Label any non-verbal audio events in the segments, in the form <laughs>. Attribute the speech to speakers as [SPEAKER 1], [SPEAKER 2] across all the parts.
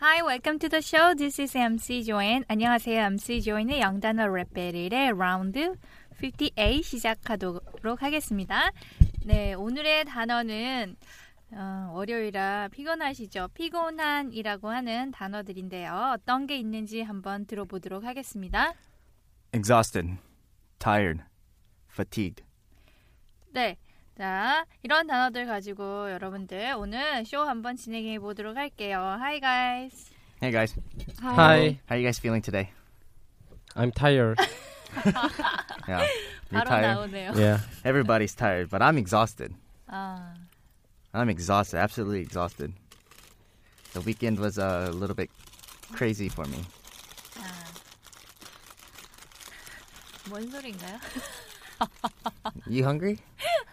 [SPEAKER 1] Hi, welcome to the show. This is MC Joanne. 안녕하세요. MC Joanne의 영단어 랩벨의 라운드 58 시작하도록 하겠습니다. 네, 오늘의 단어는 어, 월요일이라 피곤하시죠? 피곤한이라고 하는 단어들인데요. 어떤 게 있는지 한번 들어보도록 하겠습니다.
[SPEAKER 2] Exhausted, tired, fatigued
[SPEAKER 1] 네. 자, 이런 단어들 가지고 여러분들 오늘 쇼 한번 진행해 보도록 할게요. Hi, guys.
[SPEAKER 2] Hey guys,
[SPEAKER 3] Hi,
[SPEAKER 2] how you guys feeling today?
[SPEAKER 3] I'm
[SPEAKER 4] <laughs>
[SPEAKER 3] tired.
[SPEAKER 1] <laughs>
[SPEAKER 2] Yeah, you're
[SPEAKER 1] 바로
[SPEAKER 2] tired.
[SPEAKER 1] 나오네요.
[SPEAKER 3] yeah.
[SPEAKER 2] Everybody's tired, but I'm exhausted.
[SPEAKER 1] 아.
[SPEAKER 2] I'm exhausted, absolutely exhausted. The weekend was a little bit crazy for me.
[SPEAKER 1] 뭔 소리인가요?
[SPEAKER 2] You hungry?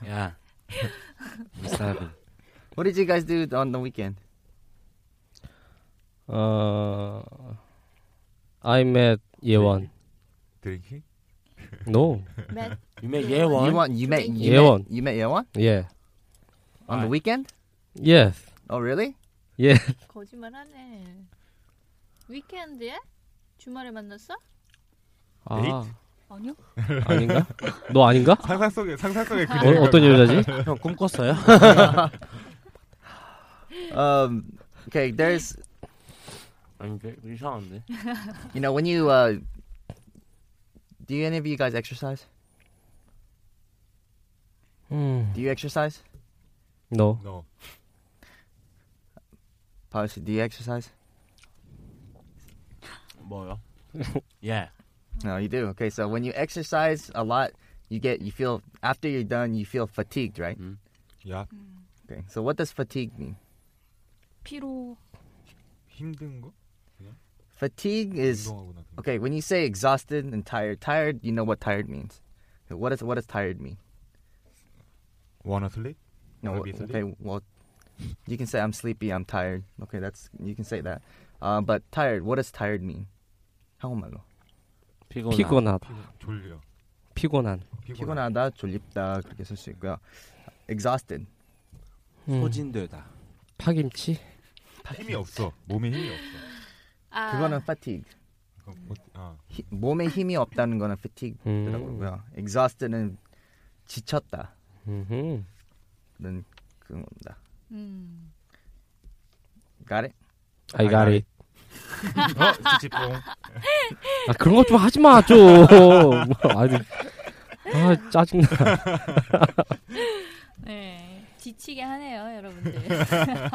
[SPEAKER 3] Yeah. I'm starving.
[SPEAKER 2] What did you guys do on the weekend?
[SPEAKER 3] Uh, I met Yewon.
[SPEAKER 5] 드링킹?
[SPEAKER 3] No.
[SPEAKER 4] You met
[SPEAKER 2] You
[SPEAKER 4] Yewon.
[SPEAKER 2] want you met you
[SPEAKER 3] Yeowon.
[SPEAKER 2] met you met Yeowon
[SPEAKER 3] Yeah.
[SPEAKER 2] on the
[SPEAKER 4] Why?
[SPEAKER 2] weekend?
[SPEAKER 3] Yes.
[SPEAKER 2] Oh really?
[SPEAKER 3] Yeah.
[SPEAKER 1] 거짓말하네. 위켄드에 주말에 만났어?
[SPEAKER 3] 아.
[SPEAKER 1] 아니요.
[SPEAKER 3] 아닌가? 너 아닌가?
[SPEAKER 5] 상상 속에 상상 속에 그
[SPEAKER 3] 어, 어떤 여자지?
[SPEAKER 4] 형 꿈꿨어요?
[SPEAKER 2] Um, okay, there's
[SPEAKER 4] 아니 그- 이상한데.
[SPEAKER 2] You know, when you uh, do you any of you guys exercise?
[SPEAKER 3] 음.
[SPEAKER 2] Do you exercise?
[SPEAKER 3] No.
[SPEAKER 5] 너
[SPEAKER 2] Policy, do you exercise?
[SPEAKER 5] <laughs>
[SPEAKER 4] 뭐요? 예.
[SPEAKER 2] No, you do. Okay, so when you exercise a lot, you get you feel after you're done, you feel fatigued, right?
[SPEAKER 5] 야
[SPEAKER 2] Okay. So what does fatigue mean?
[SPEAKER 6] 피로
[SPEAKER 5] 힘든 거?
[SPEAKER 2] Fatigue is
[SPEAKER 5] 운동하고 나서
[SPEAKER 2] okay. When you say exhausted and tired, tired, you know what tired means. Okay, What does what does tired mean?
[SPEAKER 5] wanna sleep?
[SPEAKER 2] No.
[SPEAKER 5] Maybe
[SPEAKER 2] Okay. Well, you can say I'm sleepy. I'm tired. Okay, that's you can say that. Uh, but tired. What does tired mean? 한국말로.
[SPEAKER 4] 피곤.
[SPEAKER 3] 피곤하다.
[SPEAKER 5] 졸려
[SPEAKER 3] 피곤한.
[SPEAKER 5] 피곤하
[SPEAKER 2] 피곤하다, 졸립다 그렇게 쓸 수 있고요. Exhausted.
[SPEAKER 3] 음.
[SPEAKER 4] 소진되다.
[SPEAKER 3] 파김치?
[SPEAKER 5] 힘이 없어 몸에 힘이 없어
[SPEAKER 1] 아,
[SPEAKER 2] 그거는 fatigue.
[SPEAKER 5] 그거 뭐- 아,
[SPEAKER 2] 히- 몸에 힘이 없다는 거는
[SPEAKER 3] 음.
[SPEAKER 2] fatigue더라고요.
[SPEAKER 5] 음.
[SPEAKER 2] Exhausted는 지쳤다.
[SPEAKER 3] 음흠.
[SPEAKER 2] 는 그런 겁니다.
[SPEAKER 1] 음.
[SPEAKER 2] Got it?
[SPEAKER 3] I got it.
[SPEAKER 5] 어 지치뽕
[SPEAKER 3] 아, 그런 거 좀 하지 마, 좀. 뭐, 아니. 아,
[SPEAKER 4] <laughs>
[SPEAKER 3] 짜증나.
[SPEAKER 1] 네. 지치게 하네요, 여러분들. <laughs>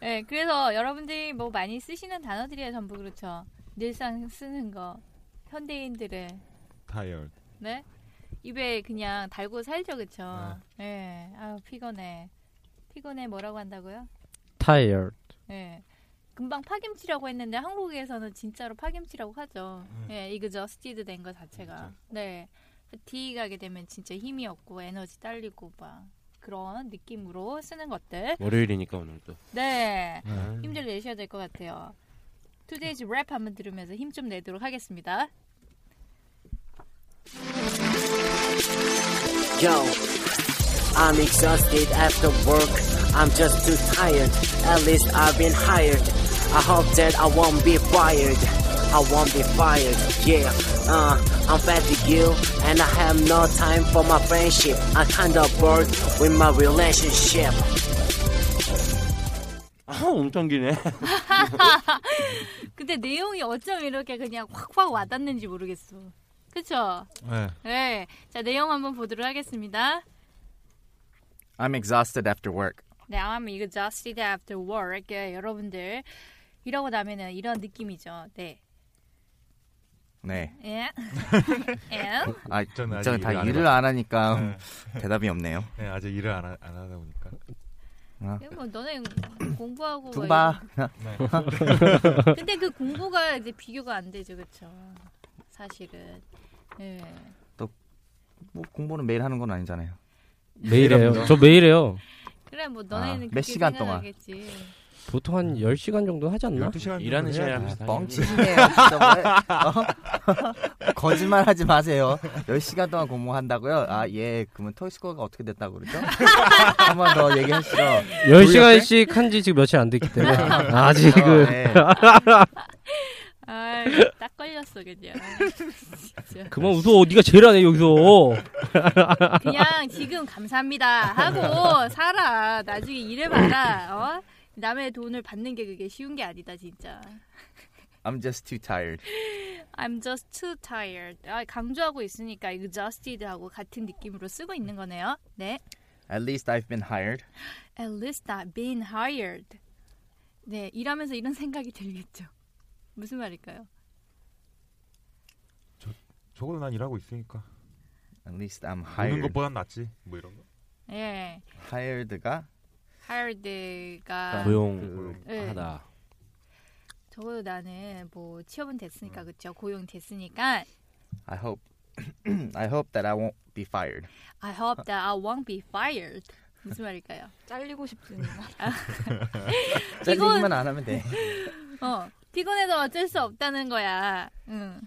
[SPEAKER 1] 네, 그래서 여러분들이 뭐 많이 쓰시는 단어들이에요, 전부 그렇죠. 늘상 쓰는 거. 현대인들의
[SPEAKER 5] tired
[SPEAKER 1] 네? 입에 그냥 달고 살죠, 그렇죠. 네. 아, 피곤해. 피곤해 뭐라고 한다고요?
[SPEAKER 3] tired.
[SPEAKER 1] 예. 금방 파김치라고 했는데 한국에서는 진짜로 파김치라고 하죠. 예, 이그저스티드 된 거 자체가. 네. 디가게 되면 진짜 힘이 없고 에너지 딸리고 막 그런 느낌으로 쓰는 것들.
[SPEAKER 4] 월요일이니까 오늘 또.
[SPEAKER 1] 네.
[SPEAKER 4] 아.
[SPEAKER 1] 힘들 내셔야 될 것 같아요. 투데이즈 랩 한번 들으면서 힘 좀 내도록 하겠습니다.
[SPEAKER 7] Yo, I'm exhausted after work. I'm just too tired. At least I've been hired. I hope that I won't be fired. I won't be fired. Yeah, uh, I'm fatigued and I have no time for my friendship. I kinda bored with my relationship.
[SPEAKER 4] 아 엄청 기네.
[SPEAKER 1] 근데 내용이 어쩜 이렇게 그냥 확확 와닿는지 모르겠어. 그쵸?
[SPEAKER 5] 네.
[SPEAKER 1] 네. 자, 내용 한번 보도록 하겠습니다.
[SPEAKER 2] I'm exhausted after work.
[SPEAKER 1] 네, I'm exhausted after work. 예, 여러분들. 이러고 나면은 이런 느낌이죠. 네.
[SPEAKER 2] 네.
[SPEAKER 1] 예. <laughs> 예.
[SPEAKER 2] 아,
[SPEAKER 5] 저는 아직
[SPEAKER 2] 저는 다
[SPEAKER 5] 일을 안
[SPEAKER 2] 일을
[SPEAKER 5] 해봤-
[SPEAKER 2] 안 하니까 대답이 없네요.
[SPEAKER 5] 네, 아직 일을 안, 하, 안 하다 보니까.
[SPEAKER 1] 뭐 너네 공부하고
[SPEAKER 2] 두고
[SPEAKER 1] 막
[SPEAKER 2] 봐.
[SPEAKER 5] 네.
[SPEAKER 1] 근데 그 공부가 이제 비교가 안 되죠, 그렇죠? 사실은. 예.
[SPEAKER 2] 뭐 공부는 매일 하는 건 아니잖아요.
[SPEAKER 3] 매일 해요. 저 매일 해요.
[SPEAKER 1] 그래 뭐
[SPEAKER 2] 아,
[SPEAKER 1] 너네는
[SPEAKER 2] 몇
[SPEAKER 1] 그게
[SPEAKER 2] 시간 동안?
[SPEAKER 1] 생각하겠지.
[SPEAKER 3] 보통 한 10시간 정도 하지 않나?
[SPEAKER 5] 12시간
[SPEAKER 4] 일하는 시간이랑
[SPEAKER 2] 아,
[SPEAKER 4] 비슷하게.
[SPEAKER 2] 뻥치시네요. 진짜 <laughs> 뭐- 어? <laughs> 거짓말 하지 마세요. 10시간 동안 공부한다고요? 아, 예. 그러면 토익스코어가 어떻게 됐다고 그러죠? <laughs> 한 번 더 얘기하시죠.
[SPEAKER 3] 10시간씩 한 지 지금 며칠 안 됐기 때문에 아직은 그
[SPEAKER 2] 네.
[SPEAKER 1] 아, 딱 걸렸어 그냥. 진짜.
[SPEAKER 3] 그만 웃어. 네가 제일 안해 여기서.
[SPEAKER 1] 그냥 지금 감사합니다 하고 살아. 나중에 일해봐라. 어? 남의 돈을 받는 게 그게 쉬운 게 아니다 진짜.
[SPEAKER 2] I'm just too tired.
[SPEAKER 1] I'm just too tired. 아, 강조하고 있으니까 exhausted하고 같은 느낌으로 쓰고 있는 거네요. 네.
[SPEAKER 2] At least I've been hired.
[SPEAKER 1] At least I've been hired. 네, 일하면서 이런 생각이 들겠죠. 무슨 말일까요?
[SPEAKER 5] 적어도 난 일하고 있으니까.
[SPEAKER 2] At least I'm
[SPEAKER 5] 노는
[SPEAKER 2] hired.
[SPEAKER 5] 것보단 낫지. 뭐 이런 거.
[SPEAKER 1] 예,
[SPEAKER 2] hired가
[SPEAKER 1] hired가
[SPEAKER 4] 아, 고용
[SPEAKER 1] 예,
[SPEAKER 4] 하다.
[SPEAKER 1] 적어도 나는 뭐 취업은 됐으니까 그쵸 고용 됐으니까
[SPEAKER 2] I hope <clears throat> I hope that I won't be fired.
[SPEAKER 1] I hope that I won't be fired. 무슨 말일까요?
[SPEAKER 8] <laughs>
[SPEAKER 9] 잘리고 싶지는
[SPEAKER 2] 잘리기만 안 하면 돼.
[SPEAKER 1] 어, 피곤해도 어쩔 수 없다는 거야. 응.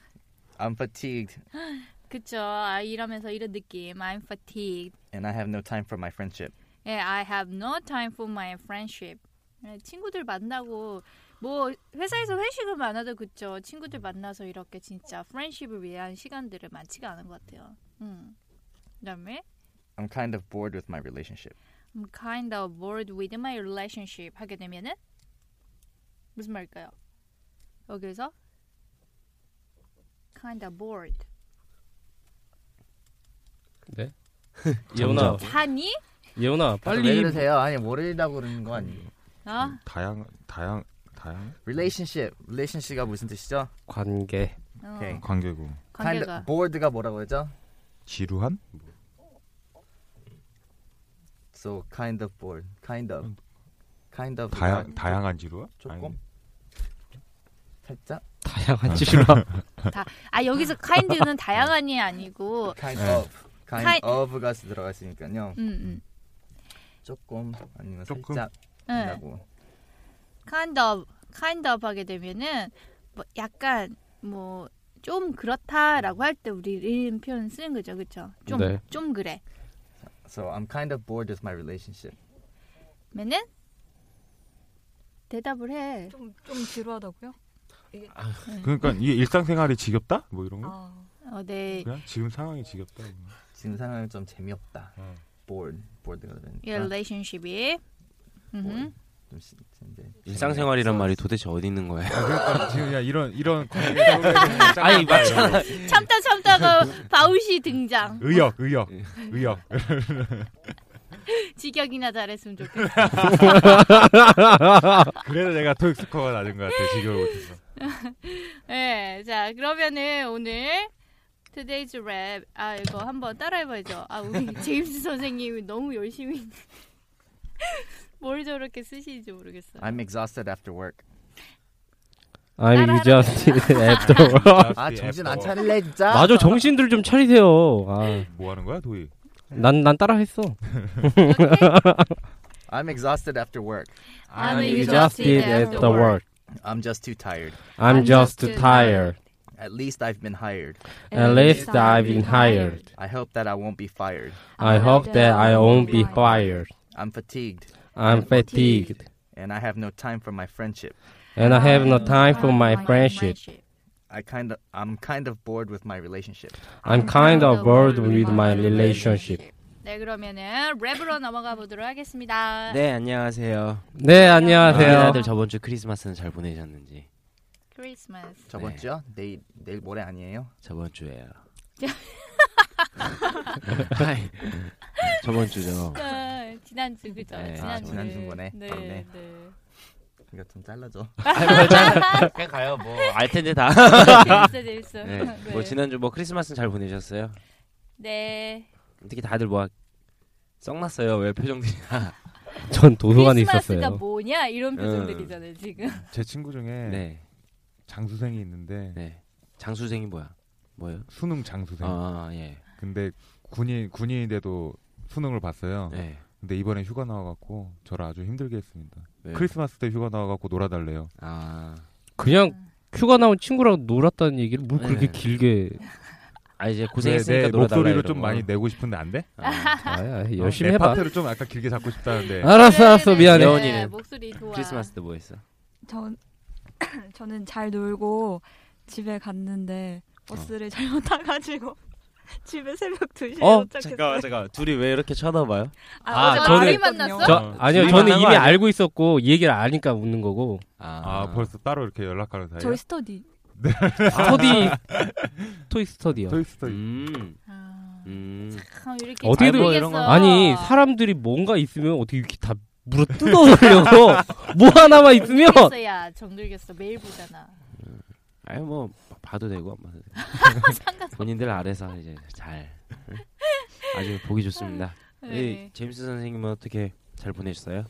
[SPEAKER 2] I'm fatigued
[SPEAKER 1] 그쵸. 아, 일하면서 이런 느낌. I'm fatigued.
[SPEAKER 2] and I have no time for my friendship.
[SPEAKER 1] 예, I have no time for my friendship. 예, 친구들 만나고 뭐 회사에서 회식을 많아도 그쵸 친구들 만나서 이렇게 진짜 프렌십을 위한 시간들은 많지가 않은 것 같아요. 음. 그다음에
[SPEAKER 2] I'm kind of bored with my relationship.
[SPEAKER 1] I'm kind of bored with my relationship 하게 되면은 무슨 말일까요? 여기서 kind of bored.
[SPEAKER 4] <laughs>
[SPEAKER 3] 네. 예원아,
[SPEAKER 1] 하니?
[SPEAKER 3] 예원아,
[SPEAKER 2] 왜
[SPEAKER 3] 빨리
[SPEAKER 2] 그러세요? 아니 모르다고 그러는 거 아니에요.
[SPEAKER 1] 어?
[SPEAKER 2] 음.
[SPEAKER 5] 다양 다양 다양
[SPEAKER 2] relationship, relationship가 무슨 뜻이죠?
[SPEAKER 3] 관계.
[SPEAKER 1] 어,
[SPEAKER 2] 오케이.
[SPEAKER 5] 관계고
[SPEAKER 2] kind
[SPEAKER 1] 관계가
[SPEAKER 2] of bored가 뭐라고 그러죠?
[SPEAKER 5] 지루한
[SPEAKER 2] So kind of bored, kind of, kind of
[SPEAKER 5] 다양 다양한 지루한
[SPEAKER 2] 조금
[SPEAKER 5] 아니,
[SPEAKER 2] 살짝
[SPEAKER 3] 다양한 <laughs> 지루함.
[SPEAKER 1] 아
[SPEAKER 2] <laughs>
[SPEAKER 1] 여기서 kind는 다양한이 아니고
[SPEAKER 2] kind
[SPEAKER 5] 네.
[SPEAKER 2] of, kind of가 들어갔으니까요.
[SPEAKER 1] 음, 음.
[SPEAKER 2] 조금 아니면
[SPEAKER 5] 조금?
[SPEAKER 1] 응.
[SPEAKER 2] 살짝이라고.
[SPEAKER 1] kind of, kind of 하게 되면은 뭐 약간 뭐 좀 그렇다라고 할 때 우리 이런 표현 쓰는 거죠, 그렇죠? 좀 좀
[SPEAKER 3] 네.
[SPEAKER 1] 그래.
[SPEAKER 2] So I'm kind of bored with my relationship.
[SPEAKER 1] 그러면은 대답을 해.
[SPEAKER 9] 좀좀 지루하다고요?
[SPEAKER 5] 그러니까 이게 일상생활이 지겹다 뭐 이런 거
[SPEAKER 9] 아,
[SPEAKER 1] 어, 네.
[SPEAKER 5] 그냥 지금 상황이 지겹다
[SPEAKER 2] 지금 상황이 좀 재미없다.
[SPEAKER 5] 음.
[SPEAKER 2] bored, bored가
[SPEAKER 1] 이
[SPEAKER 2] 되니까
[SPEAKER 1] relationship이. 음.
[SPEAKER 2] 좀 시- 이제
[SPEAKER 4] 일상생활이란 말이 도대체 어디 있는 거예요?
[SPEAKER 5] 그러니까 지금 야 이런 이런
[SPEAKER 4] 아니 맞잖아.
[SPEAKER 1] 참다 참다가 바우시 등장.
[SPEAKER 5] 의역 의역
[SPEAKER 4] 예.
[SPEAKER 5] 의역
[SPEAKER 1] 직역이나 잘했으면 좋겠어.
[SPEAKER 5] 그래서 내가 토익 스코어가 낮은 것 같아 지겨워 못해서
[SPEAKER 1] 네, 자 그러면은 오늘 Today's Rap 아 이거 한번 따라해봐야죠. 아 우리 제임스 선생님이 너무 열심히 <laughs> 뭘 저렇게 쓰시는지
[SPEAKER 3] <laughs>
[SPEAKER 1] 모르겠어요.
[SPEAKER 2] I'm exhausted after work.
[SPEAKER 3] I'm exhausted after.
[SPEAKER 2] 아 정신 안 차릴래 진짜?
[SPEAKER 3] 맞아, 정신들 좀 차리세요.
[SPEAKER 4] 네.
[SPEAKER 3] 아,
[SPEAKER 5] 뭐 하는 거야 도희
[SPEAKER 3] 난, 난 따라했어.
[SPEAKER 2] I'm exhausted after work.
[SPEAKER 1] I'm
[SPEAKER 3] exhausted after work.
[SPEAKER 2] I'm just too tired.
[SPEAKER 3] I'm just tired.
[SPEAKER 2] At least I've been hired.
[SPEAKER 3] At least I've been hired.
[SPEAKER 2] I hope that I won't be fired.
[SPEAKER 3] I hope that I won't be fired.
[SPEAKER 2] I'm fatigued
[SPEAKER 3] I'm fatigued.
[SPEAKER 2] and I have no time for my friendship.
[SPEAKER 3] And I have no time for my friendship.
[SPEAKER 2] I kind of I'm kind of bored with my relationship.
[SPEAKER 3] I'm kind of bored with my relationship.
[SPEAKER 1] 네, 그러면은 랩으로 넘어가 보도록 하겠습니다.
[SPEAKER 4] 네, 안녕하세요.
[SPEAKER 3] 네, 안녕하세요.
[SPEAKER 4] 다들 저번 주 크리스마스는 잘 보내셨는지.
[SPEAKER 1] 크리스마스.
[SPEAKER 2] 저번
[SPEAKER 4] 네.
[SPEAKER 2] 주요? 내일 내일 모레 아니에요?
[SPEAKER 4] 저번 주에요. <laughs> 하이. 저번 주죠.
[SPEAKER 1] 아, 지난주 그죠?
[SPEAKER 4] 네,
[SPEAKER 1] 지난주.
[SPEAKER 4] 아,
[SPEAKER 2] 지난주인 거네.
[SPEAKER 1] 네,
[SPEAKER 2] 아,
[SPEAKER 1] 네.
[SPEAKER 2] 네. 이거 좀 잘라줘.
[SPEAKER 4] 그냥 가요. 뭐 알 텐데 다.
[SPEAKER 1] 재밌어, 재밌어.
[SPEAKER 4] <laughs> 네.
[SPEAKER 1] <laughs>
[SPEAKER 4] 뭐 지난주 뭐 크리스마스 잘 보내셨어요?
[SPEAKER 1] 네.
[SPEAKER 4] 특히 다들 뭐 썩났어요. 왜 표정들이 다.
[SPEAKER 3] 전 도서관에
[SPEAKER 1] 크리스마스가
[SPEAKER 3] 있었어요.
[SPEAKER 1] 뭐냐 이런 표정들이잖아요 지금.
[SPEAKER 5] 제 친구 중에
[SPEAKER 4] 네.
[SPEAKER 5] 장수생이 있는데
[SPEAKER 4] 네. 장수생이 뭐야? 뭐예요?
[SPEAKER 5] 수능 장수생.
[SPEAKER 4] 아, 예.
[SPEAKER 5] 근데 군인 군인인데도 수능을 봤어요.
[SPEAKER 4] 네.
[SPEAKER 5] 근데 이번에 휴가 나와갖고 저를 아주 힘들게 했습니다.
[SPEAKER 4] 왜요?
[SPEAKER 5] 크리스마스 때 휴가 나와갖고 놀아달래요.
[SPEAKER 4] 아.
[SPEAKER 3] 그냥 휴가 나온 친구랑 놀았다는 얘기를 뭘 그렇게 <laughs>
[SPEAKER 4] 네.
[SPEAKER 3] 길게
[SPEAKER 4] 아 이제
[SPEAKER 5] 내,
[SPEAKER 4] 고생했으니까
[SPEAKER 5] 내
[SPEAKER 4] 놀아달라
[SPEAKER 5] 목소리로
[SPEAKER 4] 이런
[SPEAKER 5] 좀
[SPEAKER 4] 거.
[SPEAKER 5] 많이 내고 싶은데 안 돼?
[SPEAKER 4] <laughs> 아,
[SPEAKER 3] 아, 아,
[SPEAKER 5] 어,
[SPEAKER 3] 열심히
[SPEAKER 5] 내
[SPEAKER 3] 해봐.
[SPEAKER 5] 파트를 좀 아까 길게 잡고 싶다는데
[SPEAKER 3] 알았어, 알았어, 미안해.
[SPEAKER 4] 네. 여운이네.
[SPEAKER 1] 목소리 좋아.
[SPEAKER 4] 크리스마스 때 뭐 했어?
[SPEAKER 8] 전 <clears throat> 저는 잘 놀고 집에 갔는데 버스를 잘못 타가지고 <laughs> 집에 새벽 2시에
[SPEAKER 3] 어?
[SPEAKER 8] 도착했어요.
[SPEAKER 4] 잠깐 둘이 왜 이렇게 쳐다봐요?
[SPEAKER 3] 아,
[SPEAKER 8] 어제
[SPEAKER 3] 저는-
[SPEAKER 8] 말이
[SPEAKER 1] 만났어?
[SPEAKER 3] 저
[SPEAKER 5] 어,
[SPEAKER 3] 아니요,
[SPEAKER 4] 둘이
[SPEAKER 3] 저는
[SPEAKER 4] 만난 거
[SPEAKER 3] 이미
[SPEAKER 4] 아니야?
[SPEAKER 3] 알고 있었고 이 얘기를 아니까 웃는
[SPEAKER 4] <laughs>
[SPEAKER 3] 거고.
[SPEAKER 5] 아, 벌써 따로 이렇게 연락하는 사이에
[SPEAKER 8] 저희 스터디.
[SPEAKER 3] 스터디 토이 스터디요.
[SPEAKER 5] 토이스토리
[SPEAKER 4] 음.
[SPEAKER 1] 아,
[SPEAKER 4] 음.
[SPEAKER 1] 참 이렇게
[SPEAKER 3] 어떻게든-
[SPEAKER 1] 잘
[SPEAKER 3] 뭐
[SPEAKER 4] 이런 거.
[SPEAKER 1] 모르겠어.
[SPEAKER 3] 아니 사람들이 뭔가 있으면 어떻게 이렇게 다 물어
[SPEAKER 1] <laughs>
[SPEAKER 3] 뜯어오려고 뭐 하나만 있으면
[SPEAKER 1] 정들겠어야 정들겠어 매일 보잖아.
[SPEAKER 4] 아니 뭐 봐도 되고 안 봐도
[SPEAKER 1] <laughs>
[SPEAKER 4] 되고. 본인들 아래서 이제 잘 응? 아주 보기 좋습니다.
[SPEAKER 1] 네.
[SPEAKER 4] 이 제임스 선생님은 뭐 어떻게 잘 보내셨어요?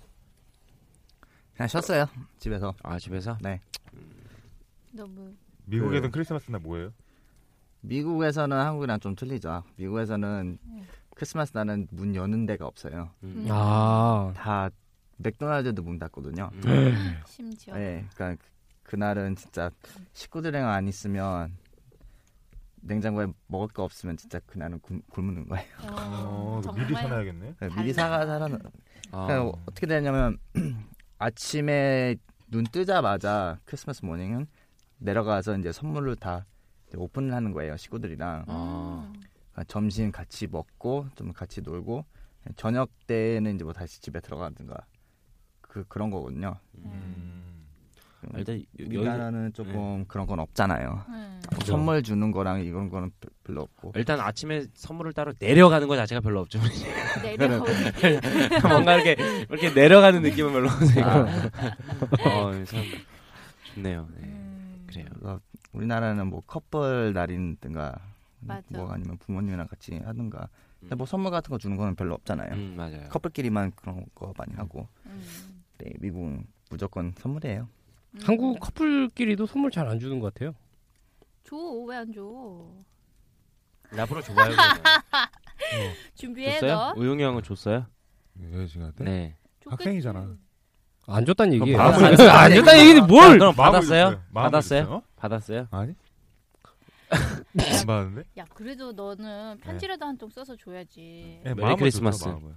[SPEAKER 2] 그냥 쉬었어요 집에서.
[SPEAKER 4] 아 집에서?
[SPEAKER 1] 너무
[SPEAKER 5] 미국에는
[SPEAKER 2] 그-
[SPEAKER 5] 크리스마스 날 뭐예요?
[SPEAKER 2] 미국에서는 한국이랑 좀 틀리죠. 미국에서는 크리스마스 날은 문 여는 데가 없어요.
[SPEAKER 4] 음.
[SPEAKER 3] 아
[SPEAKER 2] 다 맥도날드도 문 닫거든요.
[SPEAKER 4] 음.
[SPEAKER 1] 심지어.
[SPEAKER 2] 네, 그러니까 그- 그날은 진짜 식구들이랑 안 있으면 냉장고에 먹을 거 없으면 진짜 그날은 굶, 굶는 거예요.
[SPEAKER 5] 어, 그거 미리 사놔야겠네
[SPEAKER 2] 네, 미리 사가 사는.
[SPEAKER 4] 아.
[SPEAKER 2] 그러니까 어떻게 되냐면 <clears throat> 아침에 눈 뜨자마자 크리스마스 모닝은 내려가서 이제 선물을 다 이제 오픈을 하는 거예요 식구들이랑.
[SPEAKER 1] 음, 어.
[SPEAKER 4] 아.
[SPEAKER 2] 그러니까 점심 같이 먹고 좀 같이 놀고 저녁 때는 이제 뭐 다시 집에 들어가든가 그 그런 거거든요. 그러니까
[SPEAKER 5] 음.
[SPEAKER 4] 아, 일단 여, 아, 여,
[SPEAKER 2] 우리나라는 조금 그런 건 없잖아요.
[SPEAKER 1] 음.
[SPEAKER 3] 그죠.
[SPEAKER 2] 선물 주는 거랑 이런 거는 별- 별로 없고.
[SPEAKER 4] 일단 아침에 선물을 따로 내려가는 거 자체가 별로 없죠.
[SPEAKER 1] 내려오지. 음.
[SPEAKER 4] 뭔가 이렇게 이렇게 내려가는 느낌은 별로
[SPEAKER 2] 아,
[SPEAKER 4] 없으니까. <laughs> 어, 참 좋네요. 네.
[SPEAKER 1] 음.
[SPEAKER 4] 그래요.
[SPEAKER 2] 그래서 우리나라는 뭐 커플 날이든가
[SPEAKER 1] 맞아.
[SPEAKER 2] 뭐 아니면 부모님이랑 같이 하든가. 근데
[SPEAKER 4] 음.
[SPEAKER 2] 뭐 선물 같은 거 주는 거는 별로 없잖아요.
[SPEAKER 4] 음, 맞아요.
[SPEAKER 2] 커플끼리만 그런 거 많이 하고.
[SPEAKER 1] 음.
[SPEAKER 2] 네, 미국은 무조건 선물이에요.
[SPEAKER 1] 음.
[SPEAKER 3] 한국 커플끼리도 선물 잘 안 주는 것 같아요.
[SPEAKER 1] 줘왜 안 줘?
[SPEAKER 4] 앞으로 줘봐요. <laughs>
[SPEAKER 1] 준비해
[SPEAKER 4] 줬어요?
[SPEAKER 1] 예, 너.
[SPEAKER 4] 우용이 형은 줬어요?
[SPEAKER 5] 음, 여자친구한테?
[SPEAKER 4] 네.
[SPEAKER 1] 좋겠지.
[SPEAKER 5] 학생이잖아.
[SPEAKER 3] 안 줬다는 얘기예요.
[SPEAKER 5] 그럼
[SPEAKER 3] 안
[SPEAKER 5] 마음을
[SPEAKER 3] 줬- 안 줬다는 얘기는
[SPEAKER 4] 아,
[SPEAKER 3] 뭘?
[SPEAKER 5] 마음을
[SPEAKER 4] 그럼 받았어요?
[SPEAKER 5] 줬어요. 마음을
[SPEAKER 4] 받았어요?
[SPEAKER 5] 줬어요?
[SPEAKER 4] 받았어요?
[SPEAKER 5] 아니? 안 받았는데?
[SPEAKER 1] 야 그래도 너는 편지라도 한 통 써서 줘야지.
[SPEAKER 5] 네,
[SPEAKER 4] 메리
[SPEAKER 5] 마음을
[SPEAKER 4] 크리스마스.
[SPEAKER 5] 줬어요, 마음을.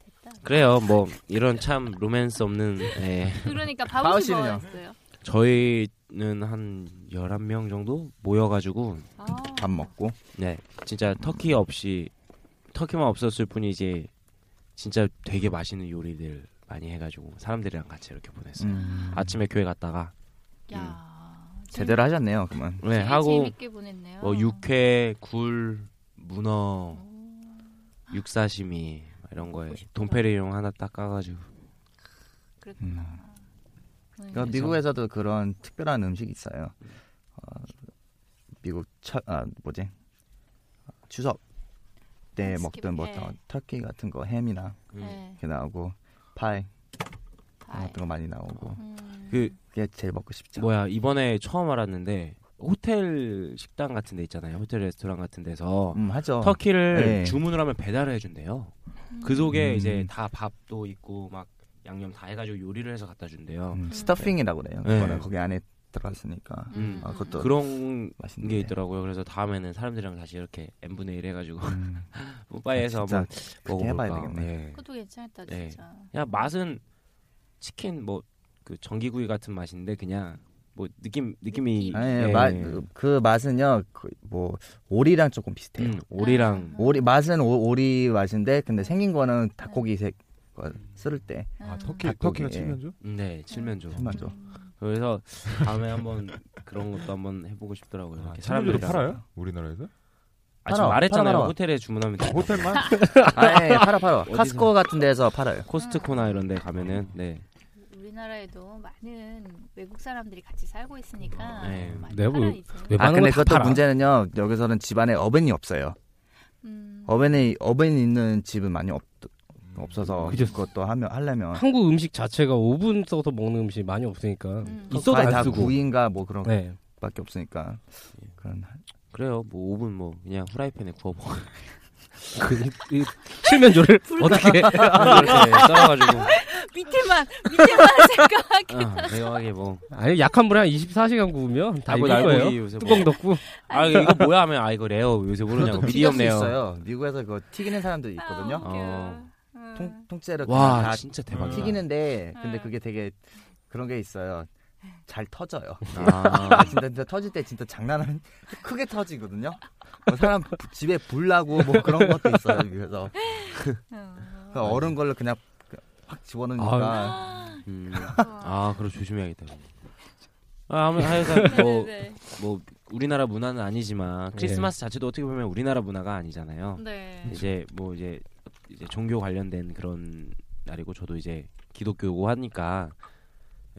[SPEAKER 1] 됐다.
[SPEAKER 4] 그래요. 뭐 이런 참 로맨스 없는 예.
[SPEAKER 1] 그러니까
[SPEAKER 2] 바우
[SPEAKER 1] 바우씨
[SPEAKER 2] 씨는요?
[SPEAKER 1] 뭐였어요?
[SPEAKER 4] 저희는 한 11명 정도 모여 가지고
[SPEAKER 1] 아.
[SPEAKER 2] 밥 먹고.
[SPEAKER 4] 네. 진짜 터키 없이 터키만 없었을 뿐이지 진짜 되게 맛있는 요리들 많이 해 가지고 사람들이랑 같이 이렇게 보냈어요.
[SPEAKER 2] 음.
[SPEAKER 4] 아침에 교회 갔다가
[SPEAKER 1] 야.
[SPEAKER 2] 제대로 하셨네요, 그만.
[SPEAKER 4] 네,
[SPEAKER 1] 재미-
[SPEAKER 4] 하고
[SPEAKER 1] 재밌게 보냈네요.
[SPEAKER 4] 뭐 육회, 굴, 문어, 육사시미 이런 거에
[SPEAKER 1] 먹고 싶다.
[SPEAKER 4] 돈페리용 하나 딱 까가지고
[SPEAKER 1] 그랬구나.
[SPEAKER 2] 음.
[SPEAKER 1] 음.
[SPEAKER 2] 그러니까 미국에서도 그런 특별한 음식이 있어요. 어, 미국 철, 아 뭐지 추석 때 먹던 뭐
[SPEAKER 1] 네.
[SPEAKER 2] 어, 터키 같은 거 햄이나
[SPEAKER 1] 네.
[SPEAKER 2] 이렇게 나오고 파이
[SPEAKER 1] 아,
[SPEAKER 2] 같은 거 많이 나오고
[SPEAKER 1] 음.
[SPEAKER 4] 그
[SPEAKER 2] 그게 제일 먹고 싶죠.
[SPEAKER 4] 뭐야 이번에 처음 알았는데 호텔 식당 같은 데 있잖아요 호텔 레스토랑 같은 데서
[SPEAKER 2] 음 하죠.
[SPEAKER 4] 터키를
[SPEAKER 2] 네.
[SPEAKER 4] 주문을 하면 배달을 해준대요 그 속에
[SPEAKER 2] 음.
[SPEAKER 4] 이제 다 밥도 있고 막 양념 다 해가지고 요리를 해서 갖다 준대요
[SPEAKER 2] 음, 스타핑이라고 그래요.
[SPEAKER 4] 네.
[SPEAKER 2] 그거는 거기 안에 들어갔으니까
[SPEAKER 4] 음.
[SPEAKER 2] 아, 그것도
[SPEAKER 4] 그런
[SPEAKER 2] 맛있는
[SPEAKER 4] 게 있더라고요 그래서 다음에는 사람들이랑 다시 이렇게 n분의 1 해가지고 <laughs>
[SPEAKER 2] 음,
[SPEAKER 4] 뽀빠이에서
[SPEAKER 2] 진짜
[SPEAKER 4] 한번
[SPEAKER 2] 그렇게 해봐야
[SPEAKER 4] 먹어볼까
[SPEAKER 2] 되겠네.
[SPEAKER 4] 네.
[SPEAKER 1] 그것도 괜찮다
[SPEAKER 4] 네.
[SPEAKER 1] 진짜.
[SPEAKER 4] 그냥 맛은 치킨 뭐 그 전기구이 같은 맛인데 그냥 뭐 느낌 느낌이
[SPEAKER 2] 아니,
[SPEAKER 4] 예.
[SPEAKER 2] 마- 그 맛은요, 그 뭐, 오리랑 조금 비슷해요.
[SPEAKER 4] 음, 오리랑
[SPEAKER 2] 오리, 맛은 오, 리 맛인데, 근데 생긴 거는 닭고기 색, 거
[SPEAKER 4] 음.
[SPEAKER 2] 쓸 때.
[SPEAKER 1] 음.
[SPEAKER 5] 아, 터키,
[SPEAKER 2] 닭고기,
[SPEAKER 5] 터키가
[SPEAKER 2] 예.
[SPEAKER 5] 칠면조?
[SPEAKER 4] 네 칠면조
[SPEAKER 2] 칠면조.
[SPEAKER 4] 그래서 다음에 한번 그런 것도 한번 해보고 싶더라고요. 이렇게
[SPEAKER 5] 칠면조도
[SPEAKER 4] 사람들이랑.
[SPEAKER 5] 아, 팔아요? 우리나라에서?
[SPEAKER 4] 아, 지금
[SPEAKER 2] 팔아,
[SPEAKER 4] 말했잖아요.
[SPEAKER 2] 팔아, 팔아.
[SPEAKER 4] 호텔에 주문하면 돼요.
[SPEAKER 5] 호텔만? <laughs>
[SPEAKER 2] 아, 예, 팔아, 팔아.
[SPEAKER 4] 어디서?
[SPEAKER 2] 카스코 같은 데서 팔아요.
[SPEAKER 4] 네, 코스트코나 이런 데 가면은 네.
[SPEAKER 1] 우리나라에도 많은 외국 사람들이 같이 살고 있으니까
[SPEAKER 4] 네.
[SPEAKER 1] 많이
[SPEAKER 3] 내부-
[SPEAKER 1] 팔아야지.
[SPEAKER 2] 아,
[SPEAKER 3] 웬만한
[SPEAKER 2] 근데
[SPEAKER 3] 거다
[SPEAKER 2] 그것도
[SPEAKER 3] 팔아.
[SPEAKER 2] 문제는요, 여기서는 집안에 어벤이 없어요.
[SPEAKER 1] 음,
[SPEAKER 2] 어벤이, 어벤이 있는 집은 많이 없,
[SPEAKER 4] 음.
[SPEAKER 2] 없어서, 그것도 하면, 하려면.
[SPEAKER 3] 한국 음식 자체가 오븐 써서 먹는 음식 많이 없으니까
[SPEAKER 1] 음.
[SPEAKER 3] 있어도
[SPEAKER 2] 거의
[SPEAKER 3] 안
[SPEAKER 2] 다
[SPEAKER 3] 쓰고.
[SPEAKER 2] 구이인가 뭐 그런
[SPEAKER 3] 네.
[SPEAKER 2] 것밖에 없으니까.
[SPEAKER 4] 예.
[SPEAKER 2] 그런.
[SPEAKER 4] 그래요. 뭐 오븐 뭐 그냥 후라이팬에 구워 먹어.
[SPEAKER 3] 그, 이, 칠면조를
[SPEAKER 1] <laughs>
[SPEAKER 3] 어떻게
[SPEAKER 2] 네, <laughs>
[SPEAKER 4] 이렇게 썰어가지고
[SPEAKER 1] 밑에만 밑에만
[SPEAKER 2] 아,
[SPEAKER 1] 생각하게
[SPEAKER 4] 어, 대박에 뭐.
[SPEAKER 3] 아니 약한 물에 한 24시간 구우면 다
[SPEAKER 4] 날고
[SPEAKER 3] 익을 거예요.
[SPEAKER 4] 날고기 요새
[SPEAKER 3] 뚜껑
[SPEAKER 4] 뭐.
[SPEAKER 3] 덮고
[SPEAKER 4] 아 이거 뭐야 하면 아 이거 레어 요새 모르냐고
[SPEAKER 2] 그것도 튀길
[SPEAKER 4] 미디엄
[SPEAKER 2] 수
[SPEAKER 4] 레어.
[SPEAKER 2] 있어요. 미국에서 그거 튀기는 사람들이 있거든요.
[SPEAKER 1] 아, 웃겨.
[SPEAKER 4] 어.
[SPEAKER 1] 음.
[SPEAKER 2] 통, 통째로 그냥
[SPEAKER 4] 와
[SPEAKER 2] 다 어,
[SPEAKER 4] 진짜 대박이다.
[SPEAKER 2] 튀기는데 근데
[SPEAKER 1] 음.
[SPEAKER 2] 그게 되게 그런 게 있어요. 잘 터져요.
[SPEAKER 4] 아,
[SPEAKER 2] 아, 진짜, 진짜 터질 때 진짜 장난 아니 <laughs> 크게 터지거든요. 뭐 사람 부- 집에 불 나고 뭐 그런 것도 있어요. 그래서
[SPEAKER 8] 어,
[SPEAKER 2] 그 얼은 걸로 그냥 확 집어넣으니까
[SPEAKER 1] 아,
[SPEAKER 2] <laughs>
[SPEAKER 4] 음.
[SPEAKER 8] 어.
[SPEAKER 4] 아 그럼 조심해야겠다.
[SPEAKER 2] 네,
[SPEAKER 4] 아, 아무 하여간 뭐,
[SPEAKER 1] 네네.
[SPEAKER 4] 뭐 우리나라 문화는 아니지만
[SPEAKER 5] 네.
[SPEAKER 4] 크리스마스 자체도 어떻게 보면 우리나라 문화가 아니잖아요.
[SPEAKER 1] 네.
[SPEAKER 4] 이제 뭐 이제 이제 종교 관련된 그런 날이고 저도 이제 기독교고 하니까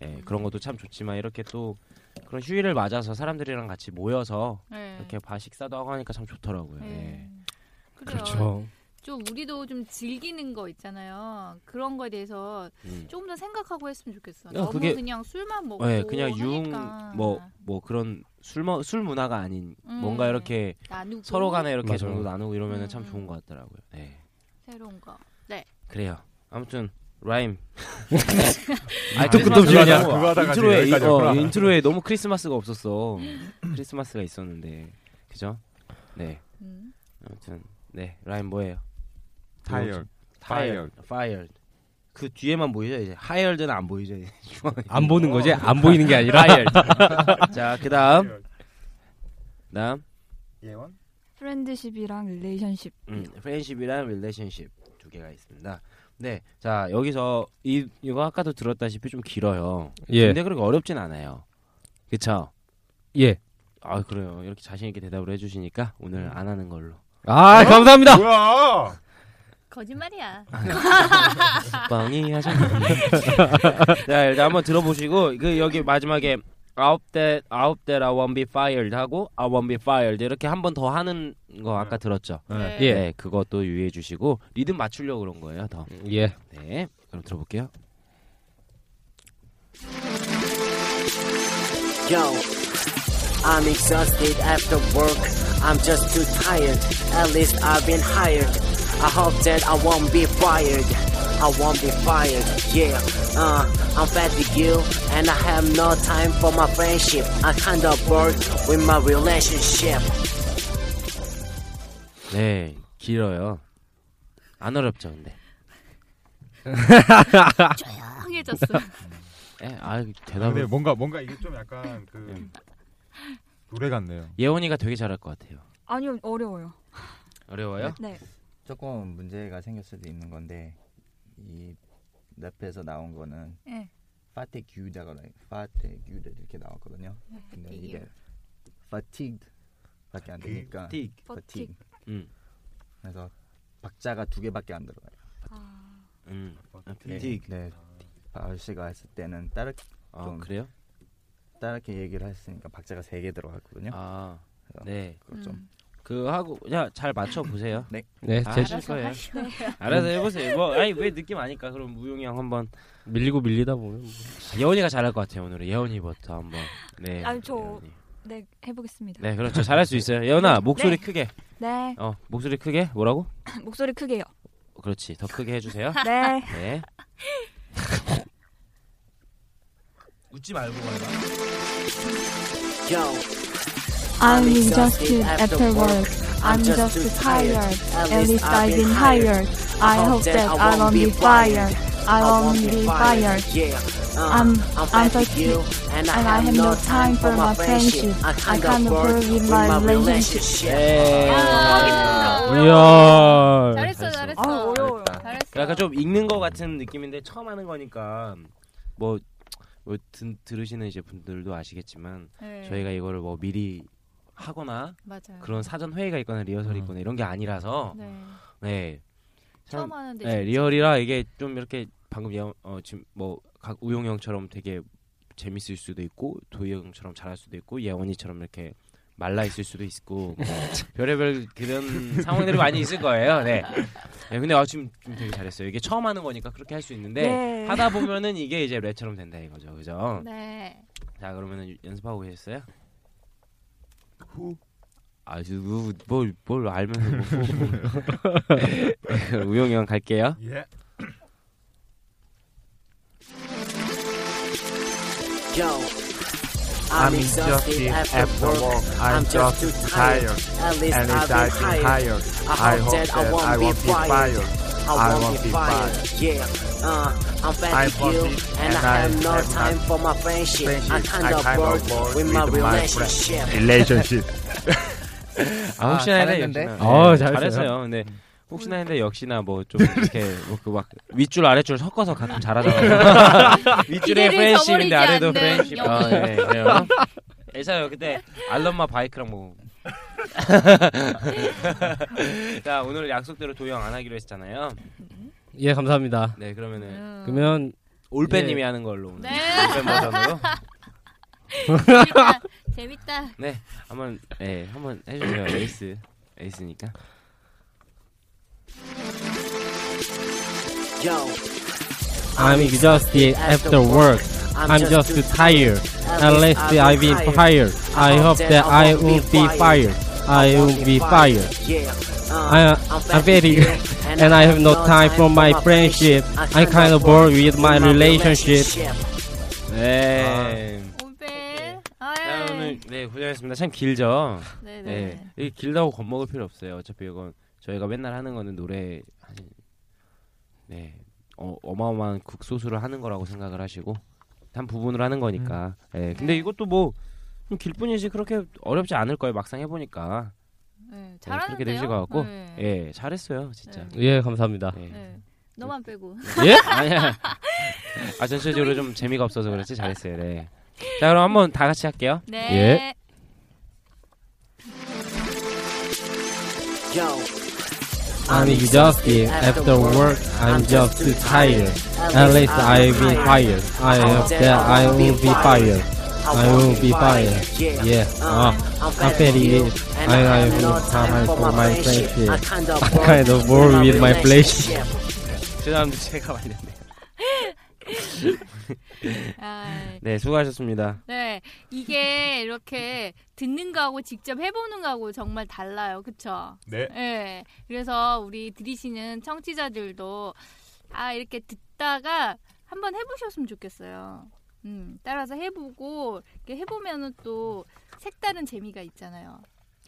[SPEAKER 4] 예, 그런 것도 참 좋지만 이렇게 또 그런 휴일을 맞아서 사람들이랑 같이 모여서
[SPEAKER 1] 네.
[SPEAKER 4] 이렇게 밥 식사도 하고 하니까 참 좋더라고요. 예.
[SPEAKER 1] 네. 그래요.
[SPEAKER 3] 그렇죠.
[SPEAKER 1] 좀 우리도 좀 즐기는 거 있잖아요. 그런 거에 대해서
[SPEAKER 4] 음.
[SPEAKER 1] 조금 더 생각하고 했으면 좋겠어.
[SPEAKER 4] 야,
[SPEAKER 1] 너무
[SPEAKER 4] 아, 그게-
[SPEAKER 1] 그냥 술만 먹고
[SPEAKER 4] 예, 그냥 융
[SPEAKER 1] 하니까.
[SPEAKER 4] 뭐 뭐 그런 술, 먹- 술 문화가 아닌
[SPEAKER 1] 음.
[SPEAKER 4] 뭔가 이렇게
[SPEAKER 1] 나누고
[SPEAKER 4] 서로 간에 이렇게
[SPEAKER 3] 맞아요.
[SPEAKER 4] 정도 나누고 이러면
[SPEAKER 1] 음,
[SPEAKER 4] 참
[SPEAKER 1] 음.
[SPEAKER 4] 좋은 것 같더라고요. 네.
[SPEAKER 1] 새로운 거.
[SPEAKER 4] 그래요. 아무튼
[SPEAKER 5] <laughs>
[SPEAKER 4] 라임.
[SPEAKER 3] 아, 또 끝없이
[SPEAKER 4] 크리스마스가
[SPEAKER 3] 그냥
[SPEAKER 4] 너무-
[SPEAKER 5] 그거 하다가 지금
[SPEAKER 4] 인트로에
[SPEAKER 5] 여기까지
[SPEAKER 4] 이거 어,
[SPEAKER 5] 왔구나.
[SPEAKER 4] 인트로에 너무 크리스마스가 없었어. 크리스마스가 있었는데 그죠? 네.
[SPEAKER 1] 음.
[SPEAKER 4] 아무튼 네 라임 뭐예요?
[SPEAKER 5] 타이어.
[SPEAKER 4] Fired. Fired. 그 뒤에만 보이죠 이제 hired는 안 보이죠 이제. 중앙에.
[SPEAKER 3] 안 보는 거지? 안 보이는 게 아니라
[SPEAKER 4] <laughs> 자 그다음 다음
[SPEAKER 2] 예원
[SPEAKER 8] 프렌드십이랑 릴레이션십.
[SPEAKER 4] 음, 프렌십이랑 릴레이션십 두 개가 있습니다. 네, 자 여기서 이 이거 아까도 들었다시피 좀 길어요.
[SPEAKER 3] 예.
[SPEAKER 4] 근데 그렇게 어렵진 않아요. 그쵸?
[SPEAKER 3] 예.
[SPEAKER 4] 아 그래요. 이렇게 자신 있게 대답을 해주시니까 오늘 안 하는 걸로.
[SPEAKER 3] 아, 감사합니다.
[SPEAKER 5] 뭐야?
[SPEAKER 1] 거짓말이야.
[SPEAKER 4] 아, <laughs> 빵이 하자. 자 일단 한번 들어보시고 그 여기 마지막에 아홉 대 아홉 대 I won't be fired 하고 아, I won't be fired 이렇게 한 번 더 하는 거 아까 들었죠.
[SPEAKER 1] 네.
[SPEAKER 3] 예.
[SPEAKER 4] 네, 그것도 유의해 주시고 리듬 맞추려고 그런 거예요. 더.
[SPEAKER 3] 예.
[SPEAKER 4] 네, 그럼 들어볼게요.
[SPEAKER 7] Yo, I'm exhausted after work. I'm just too tired. At least I've been hired. I hope that I won't be fired. I won't be fired. Yeah, uh, I'm fat to you, and I have no time for my friendship. I kinda bored with my relationship.
[SPEAKER 4] 네, 길어요. 안 어렵죠, 근데.
[SPEAKER 1] 황해졌어.
[SPEAKER 4] 예, 아
[SPEAKER 5] 근데 뭐
[SPEAKER 4] 대답을
[SPEAKER 5] 뭔가 뭔가 이게 좀 약간 그 노래 같네요.
[SPEAKER 4] 예원이가 되게 잘할 것 같아요.
[SPEAKER 8] 아니요 어려워요.
[SPEAKER 4] 어려워요?
[SPEAKER 8] 네.
[SPEAKER 2] 조금 문제가 생길 수도 있는 건데 이 랩에서 나온 거는
[SPEAKER 1] 예.
[SPEAKER 2] 파테규다가 파테규다 이렇게 나왔거든요. 근데 이게 fatigued밖에 안 되니까
[SPEAKER 4] 틱.
[SPEAKER 2] fatigue.
[SPEAKER 4] 음.
[SPEAKER 2] 그래서 박자가 두 개밖에 안 들어가요.
[SPEAKER 4] 음.
[SPEAKER 2] 네, 네. 바울 씨가 했을 때는 따르
[SPEAKER 4] 아,
[SPEAKER 2] 좀-
[SPEAKER 4] 그래요?
[SPEAKER 2] 따르게 얘기를 했으니까 박자가 세 개 들어갔거든요.
[SPEAKER 4] 아. 네.
[SPEAKER 2] 그거 좀
[SPEAKER 4] 그 하고 그냥 잘 맞춰 보세요.
[SPEAKER 2] <laughs>
[SPEAKER 3] 네,
[SPEAKER 4] 아,
[SPEAKER 3] 제
[SPEAKER 4] 알아서 거예요. 알아서 해 보세요. 뭐 아니 왜 느낌 아니까 그럼 무용이 형 한번
[SPEAKER 3] 밀리고 밀리다 보면 뭐.
[SPEAKER 4] 예원이가 잘할 것 같아요, 오늘은. 예원이부터 한번. 네.
[SPEAKER 8] 아니, 저-
[SPEAKER 4] 예원이.
[SPEAKER 8] 네 해보겠습니다.
[SPEAKER 4] 네, 그렇죠. 잘할 수 있어요. 예원아, 목소리 크게.
[SPEAKER 8] 네. <laughs>
[SPEAKER 4] 어, 목소리 크게. 뭐라고?
[SPEAKER 8] 목소리 크게요.
[SPEAKER 4] 그렇지. 더 크게
[SPEAKER 8] <laughs>
[SPEAKER 4] 해 주세요.
[SPEAKER 8] 네.
[SPEAKER 1] <laughs>
[SPEAKER 4] 네. 웃지 말고 말아.
[SPEAKER 7] Yo,
[SPEAKER 8] I'm exhausted after work. I'm just too tired. At least I've been hired. I hope that I won't be fired. I won't be fired.
[SPEAKER 7] Yeah, uh,
[SPEAKER 8] I'm
[SPEAKER 7] I'm
[SPEAKER 8] I'm
[SPEAKER 7] fed with
[SPEAKER 8] 30
[SPEAKER 7] you, and I
[SPEAKER 8] and I
[SPEAKER 7] have no time for my friendship.
[SPEAKER 8] friendship.
[SPEAKER 7] I
[SPEAKER 8] I
[SPEAKER 7] kind
[SPEAKER 8] can't
[SPEAKER 7] of
[SPEAKER 8] afford
[SPEAKER 7] bored
[SPEAKER 8] in
[SPEAKER 7] with
[SPEAKER 8] my
[SPEAKER 7] my
[SPEAKER 8] relationship.
[SPEAKER 3] 어.
[SPEAKER 4] 예.
[SPEAKER 3] 이야.
[SPEAKER 1] 아, 잘했어,
[SPEAKER 8] 아,
[SPEAKER 1] 잘했어. 잘했어.
[SPEAKER 4] 약간 아, 그러니까 좀 읽는 것 같은 느낌인데 처음 하는 거니까 뭐, 뭐 든, 들으시는 이제 분들도 아시겠지만
[SPEAKER 1] 네.
[SPEAKER 4] 저희가 이거를 뭐 미리 하거나
[SPEAKER 8] 네.
[SPEAKER 1] 맞아요.
[SPEAKER 4] 그런 사전 회의가 있거나
[SPEAKER 2] 음.
[SPEAKER 4] 리허설이 있거나 이런 게 아니라서
[SPEAKER 1] 네.
[SPEAKER 4] 네.
[SPEAKER 1] 처음 하는데
[SPEAKER 4] 네, 리얼이라 이게 좀 이렇게 방금 예- 어, 지금 뭐각 우용 형처럼 되게 재밌을 수도 있고 도희 형처럼 잘할 수도 있고 예원이처럼 이렇게 말라 있을 수도 있고
[SPEAKER 1] <laughs>
[SPEAKER 4] 뭐 별의별 그런 상황들이 많이 있을 거예요. 네. 네, 근데 아, 지금 좀 되게 잘했어요. 이게 처음 하는 거니까 그렇게 할 수 있는데
[SPEAKER 9] 네.
[SPEAKER 4] 하다 보면은 이게 이제 랩처럼 된다 이거죠, 그죠?
[SPEAKER 1] 네.
[SPEAKER 4] <laughs> 자 그러면은 유- 연습하고 계셨어요? 아, 아뭐뭘 뭘 알면서 뭐 후. 우영이 형 갈게요.
[SPEAKER 5] 예.
[SPEAKER 7] Yo,
[SPEAKER 10] I'm exhausted after work. I'm just too tired.
[SPEAKER 7] At least
[SPEAKER 10] At
[SPEAKER 7] I've
[SPEAKER 10] least I've
[SPEAKER 7] been
[SPEAKER 10] been
[SPEAKER 7] hired.
[SPEAKER 10] hired.
[SPEAKER 7] I hope that I won't be fired. I won't be fired. Yeah, uh, I'm
[SPEAKER 10] I'm
[SPEAKER 7] fed with
[SPEAKER 10] busy
[SPEAKER 7] you, and I have no time for my friendship. I kind of bored with my relationship.
[SPEAKER 5] relationship.
[SPEAKER 4] 아, 혹시나 했네,
[SPEAKER 2] 잘했는데? 음.
[SPEAKER 4] 역시나.
[SPEAKER 3] 어,
[SPEAKER 4] 네,
[SPEAKER 3] 잘했어요.
[SPEAKER 4] 잘했어요. 근데 혹시나 했는데 역시나 뭐 좀
[SPEAKER 2] <laughs>
[SPEAKER 4] 이렇게 뭐그막 윗줄 아랫줄 섞어서
[SPEAKER 2] <laughs>
[SPEAKER 4] 가끔 잘하잖아요. 윗줄에
[SPEAKER 1] 기대를
[SPEAKER 4] 프렌십인데 아래도
[SPEAKER 1] 저버리지 않는
[SPEAKER 4] 프렌십. 아, 예, 그래요. 예사요 그때 알럼마 바이크랑 뭐. <laughs> 자 오늘 약속대로 도영 안 하기로 했잖아요.
[SPEAKER 3] 예, 감사합니다.
[SPEAKER 4] 네 그러면은
[SPEAKER 3] 음. 그러면
[SPEAKER 4] 올빼님이
[SPEAKER 3] 예.
[SPEAKER 4] 하는 걸로 오늘
[SPEAKER 1] 네.
[SPEAKER 4] 아,
[SPEAKER 1] <laughs>
[SPEAKER 4] 올빼 버전으로.
[SPEAKER 1] 재밌다. 재밌다.
[SPEAKER 4] 네 한번 예 한번 해주세요 에이스 에이스니까.
[SPEAKER 7] Yo,
[SPEAKER 3] I'm exhausted after work. I'm just too tired. At least I've been fired. I hope that I won't be fired. I won't be fired.
[SPEAKER 7] yeah,
[SPEAKER 3] I,
[SPEAKER 7] uh, I'm
[SPEAKER 3] I'm
[SPEAKER 7] fed
[SPEAKER 3] very
[SPEAKER 7] with you,
[SPEAKER 3] and I have no time for my friendship. I'm kind of bored with my relationship.
[SPEAKER 4] 네.
[SPEAKER 1] 올빼.
[SPEAKER 4] 자, 오늘
[SPEAKER 1] 아이.
[SPEAKER 4] 네 고생했습니다. 참 길죠.
[SPEAKER 1] 네,
[SPEAKER 4] 네.
[SPEAKER 1] 네.
[SPEAKER 4] 이게 길다고 겁먹을 필요 없어요. 어차피 이건 저희가 맨날 하는 거는 노래 한- 네 어, 어마어마한 극소수를 하는 거라고 생각을 하시고 한 부분을 하는 거니까.
[SPEAKER 1] 음.
[SPEAKER 4] 네. 근데 이것도 뭐길 뿐이지 그렇게 어렵지 않을 거예요. 막상 해보니까
[SPEAKER 1] 네.
[SPEAKER 4] 네,
[SPEAKER 1] 잘하는데요.
[SPEAKER 4] 그렇게 되실 것 같고
[SPEAKER 1] 네.
[SPEAKER 4] 예 잘했어요 진짜.
[SPEAKER 3] 예, 감사합니다.
[SPEAKER 4] 네.
[SPEAKER 1] 네. 너만 빼고.
[SPEAKER 3] 예?
[SPEAKER 1] <laughs>
[SPEAKER 4] 아니야. 아 전체적으로 좀 재미가 없어서 그렇지 잘했어요. 네. 자 그럼 한번 다 같이 할게요.
[SPEAKER 1] 네.
[SPEAKER 3] 예.
[SPEAKER 7] Yo,
[SPEAKER 3] I'm exhausted after work. I'm just too tired. At least I've been fired. I hope that I won't be fired. I won't be fired. Yeah.
[SPEAKER 2] 아.
[SPEAKER 3] Uh,
[SPEAKER 7] 아.
[SPEAKER 3] I'm very I I have no time for my friendship.
[SPEAKER 7] I kind of
[SPEAKER 3] I kind of bored with my relationship.
[SPEAKER 4] 죄송합니다 제가 많이 했네요.
[SPEAKER 1] 아이.
[SPEAKER 4] 네 수고하셨습니다.
[SPEAKER 1] 네, 이게 이렇게 듣는 거하고 직접 해보는 거하고 정말 달라요, 그쵸?
[SPEAKER 5] 네.
[SPEAKER 1] 네, 그래서 우리 들으시는 청취자들도 아 이렇게 듣다가 한번 해보셨으면 좋겠어요. 음, 따라서 해보고 이렇게 해보면은 또 색다른 재미가 있잖아요.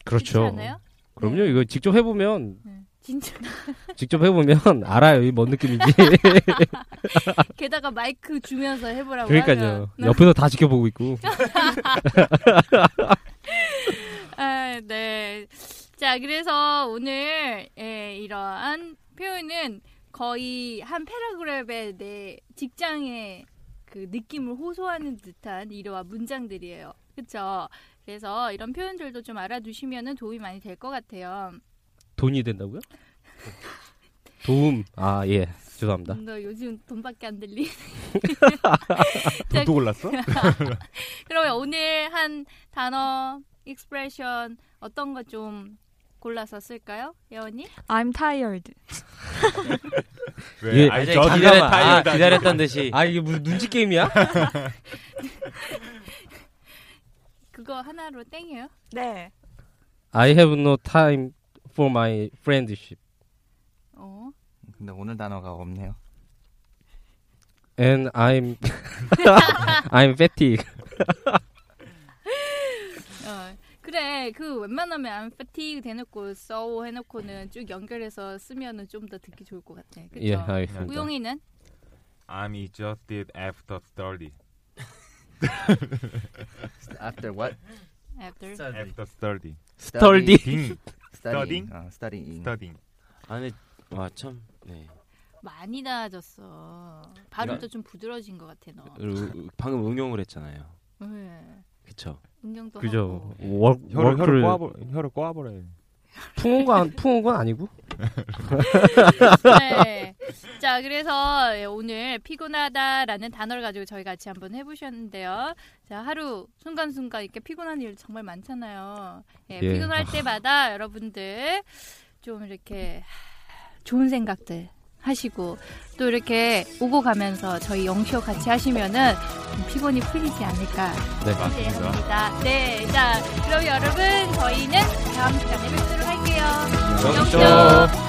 [SPEAKER 3] 그렇죠.
[SPEAKER 1] 그렇지 않아요?
[SPEAKER 3] 그럼요. 네. 이거 직접 해보면
[SPEAKER 1] 네, 진짜. <laughs>
[SPEAKER 3] 직접 해보면 <laughs> 알아요. 이 뭔 느낌인지.
[SPEAKER 1] 게다가 마이크 주면서 해보라고
[SPEAKER 3] 그러니까요.
[SPEAKER 1] 하면.
[SPEAKER 3] 옆에서 다 지켜보고 있고.
[SPEAKER 1] 아, 네. 자, 그래서 오늘 예, 이러한 표현은 거의 한 패러그랩의 내 직장의 그 느낌을 호소하는 듯한 일화 문장들이에요. 그렇죠? 그래서 이런 표현들도 좀 알아두시면 도움이 많이 될 것 같아요.
[SPEAKER 3] 돈이 <laughs> 된다고요? 도움. 아 예. 죄송합니다.
[SPEAKER 1] 너 요즘 돈밖에 안 들리. <laughs>
[SPEAKER 5] 돈도 올랐어?
[SPEAKER 1] 그러면 오늘 한 단어, 익스프레션 어떤 거 좀 골라서 쓸까요? 예원이?
[SPEAKER 8] I'm tired.
[SPEAKER 5] 왜?
[SPEAKER 3] 예.
[SPEAKER 5] 아니,
[SPEAKER 4] 이제
[SPEAKER 5] 저
[SPEAKER 4] 기다렸,
[SPEAKER 5] 잠깐만.
[SPEAKER 4] 아, 기다렸던 듯이
[SPEAKER 3] 아 이게 무슨 눈치 게임이야?
[SPEAKER 1] 그거 하나로 땡이에요?
[SPEAKER 9] 네.
[SPEAKER 3] I have no time for my friendship,
[SPEAKER 1] 어.
[SPEAKER 2] 근데 오늘 단어가 없네요.
[SPEAKER 3] and I'm <laughs> I'm fatigue.
[SPEAKER 1] 어, 그래 그 웬만하면 I'm fatigue 대놓고 so 해놓고는 쭉 연결해서 쓰면은 좀 더 듣기 좋을 것 같아. 그쵸?
[SPEAKER 3] 예, 알겠습니다.
[SPEAKER 1] 우용이는
[SPEAKER 5] I'm exhausted after study.
[SPEAKER 2] After what?
[SPEAKER 1] After
[SPEAKER 2] 아, 네.
[SPEAKER 5] after study.
[SPEAKER 4] Studying.
[SPEAKER 5] Studying.
[SPEAKER 2] 어, studying.
[SPEAKER 5] studying.
[SPEAKER 4] 아니 와참 네.
[SPEAKER 1] 많이 나아졌어. 발음도 좀 부드러워진 것 같아 너.
[SPEAKER 4] 그리고 방금 응용을 했잖아요.
[SPEAKER 1] 네.
[SPEAKER 4] 그쵸?
[SPEAKER 1] 응용도
[SPEAKER 3] 그죠.
[SPEAKER 1] 하고.
[SPEAKER 3] 워,
[SPEAKER 5] 혀를 혀를
[SPEAKER 3] 워크를
[SPEAKER 5] 꼬아버 혀를 꼬아버려.
[SPEAKER 3] 풍어가 풍어건 아니고.
[SPEAKER 1] 네. 자, 그래서 예, 오늘 피곤하다라는 단어를 가지고 저희 같이 한번 해보셨는데요. 자, 하루 순간순간 이렇게 피곤한 일 정말 많잖아요. 예,
[SPEAKER 3] 예.
[SPEAKER 1] 피곤할 때마다 여러분들 좀 이렇게 좋은 생각들 하시고 또 이렇게 오고 가면서 저희 영쇼 같이 하시면은 좀 피곤이 풀리지 않을까
[SPEAKER 3] 네.
[SPEAKER 1] 기대합니다. 네, 자, 그럼 여러분 저희는 다음 시간에 뵙도록 할게요.
[SPEAKER 4] 영쇼.
[SPEAKER 1] 영쇼.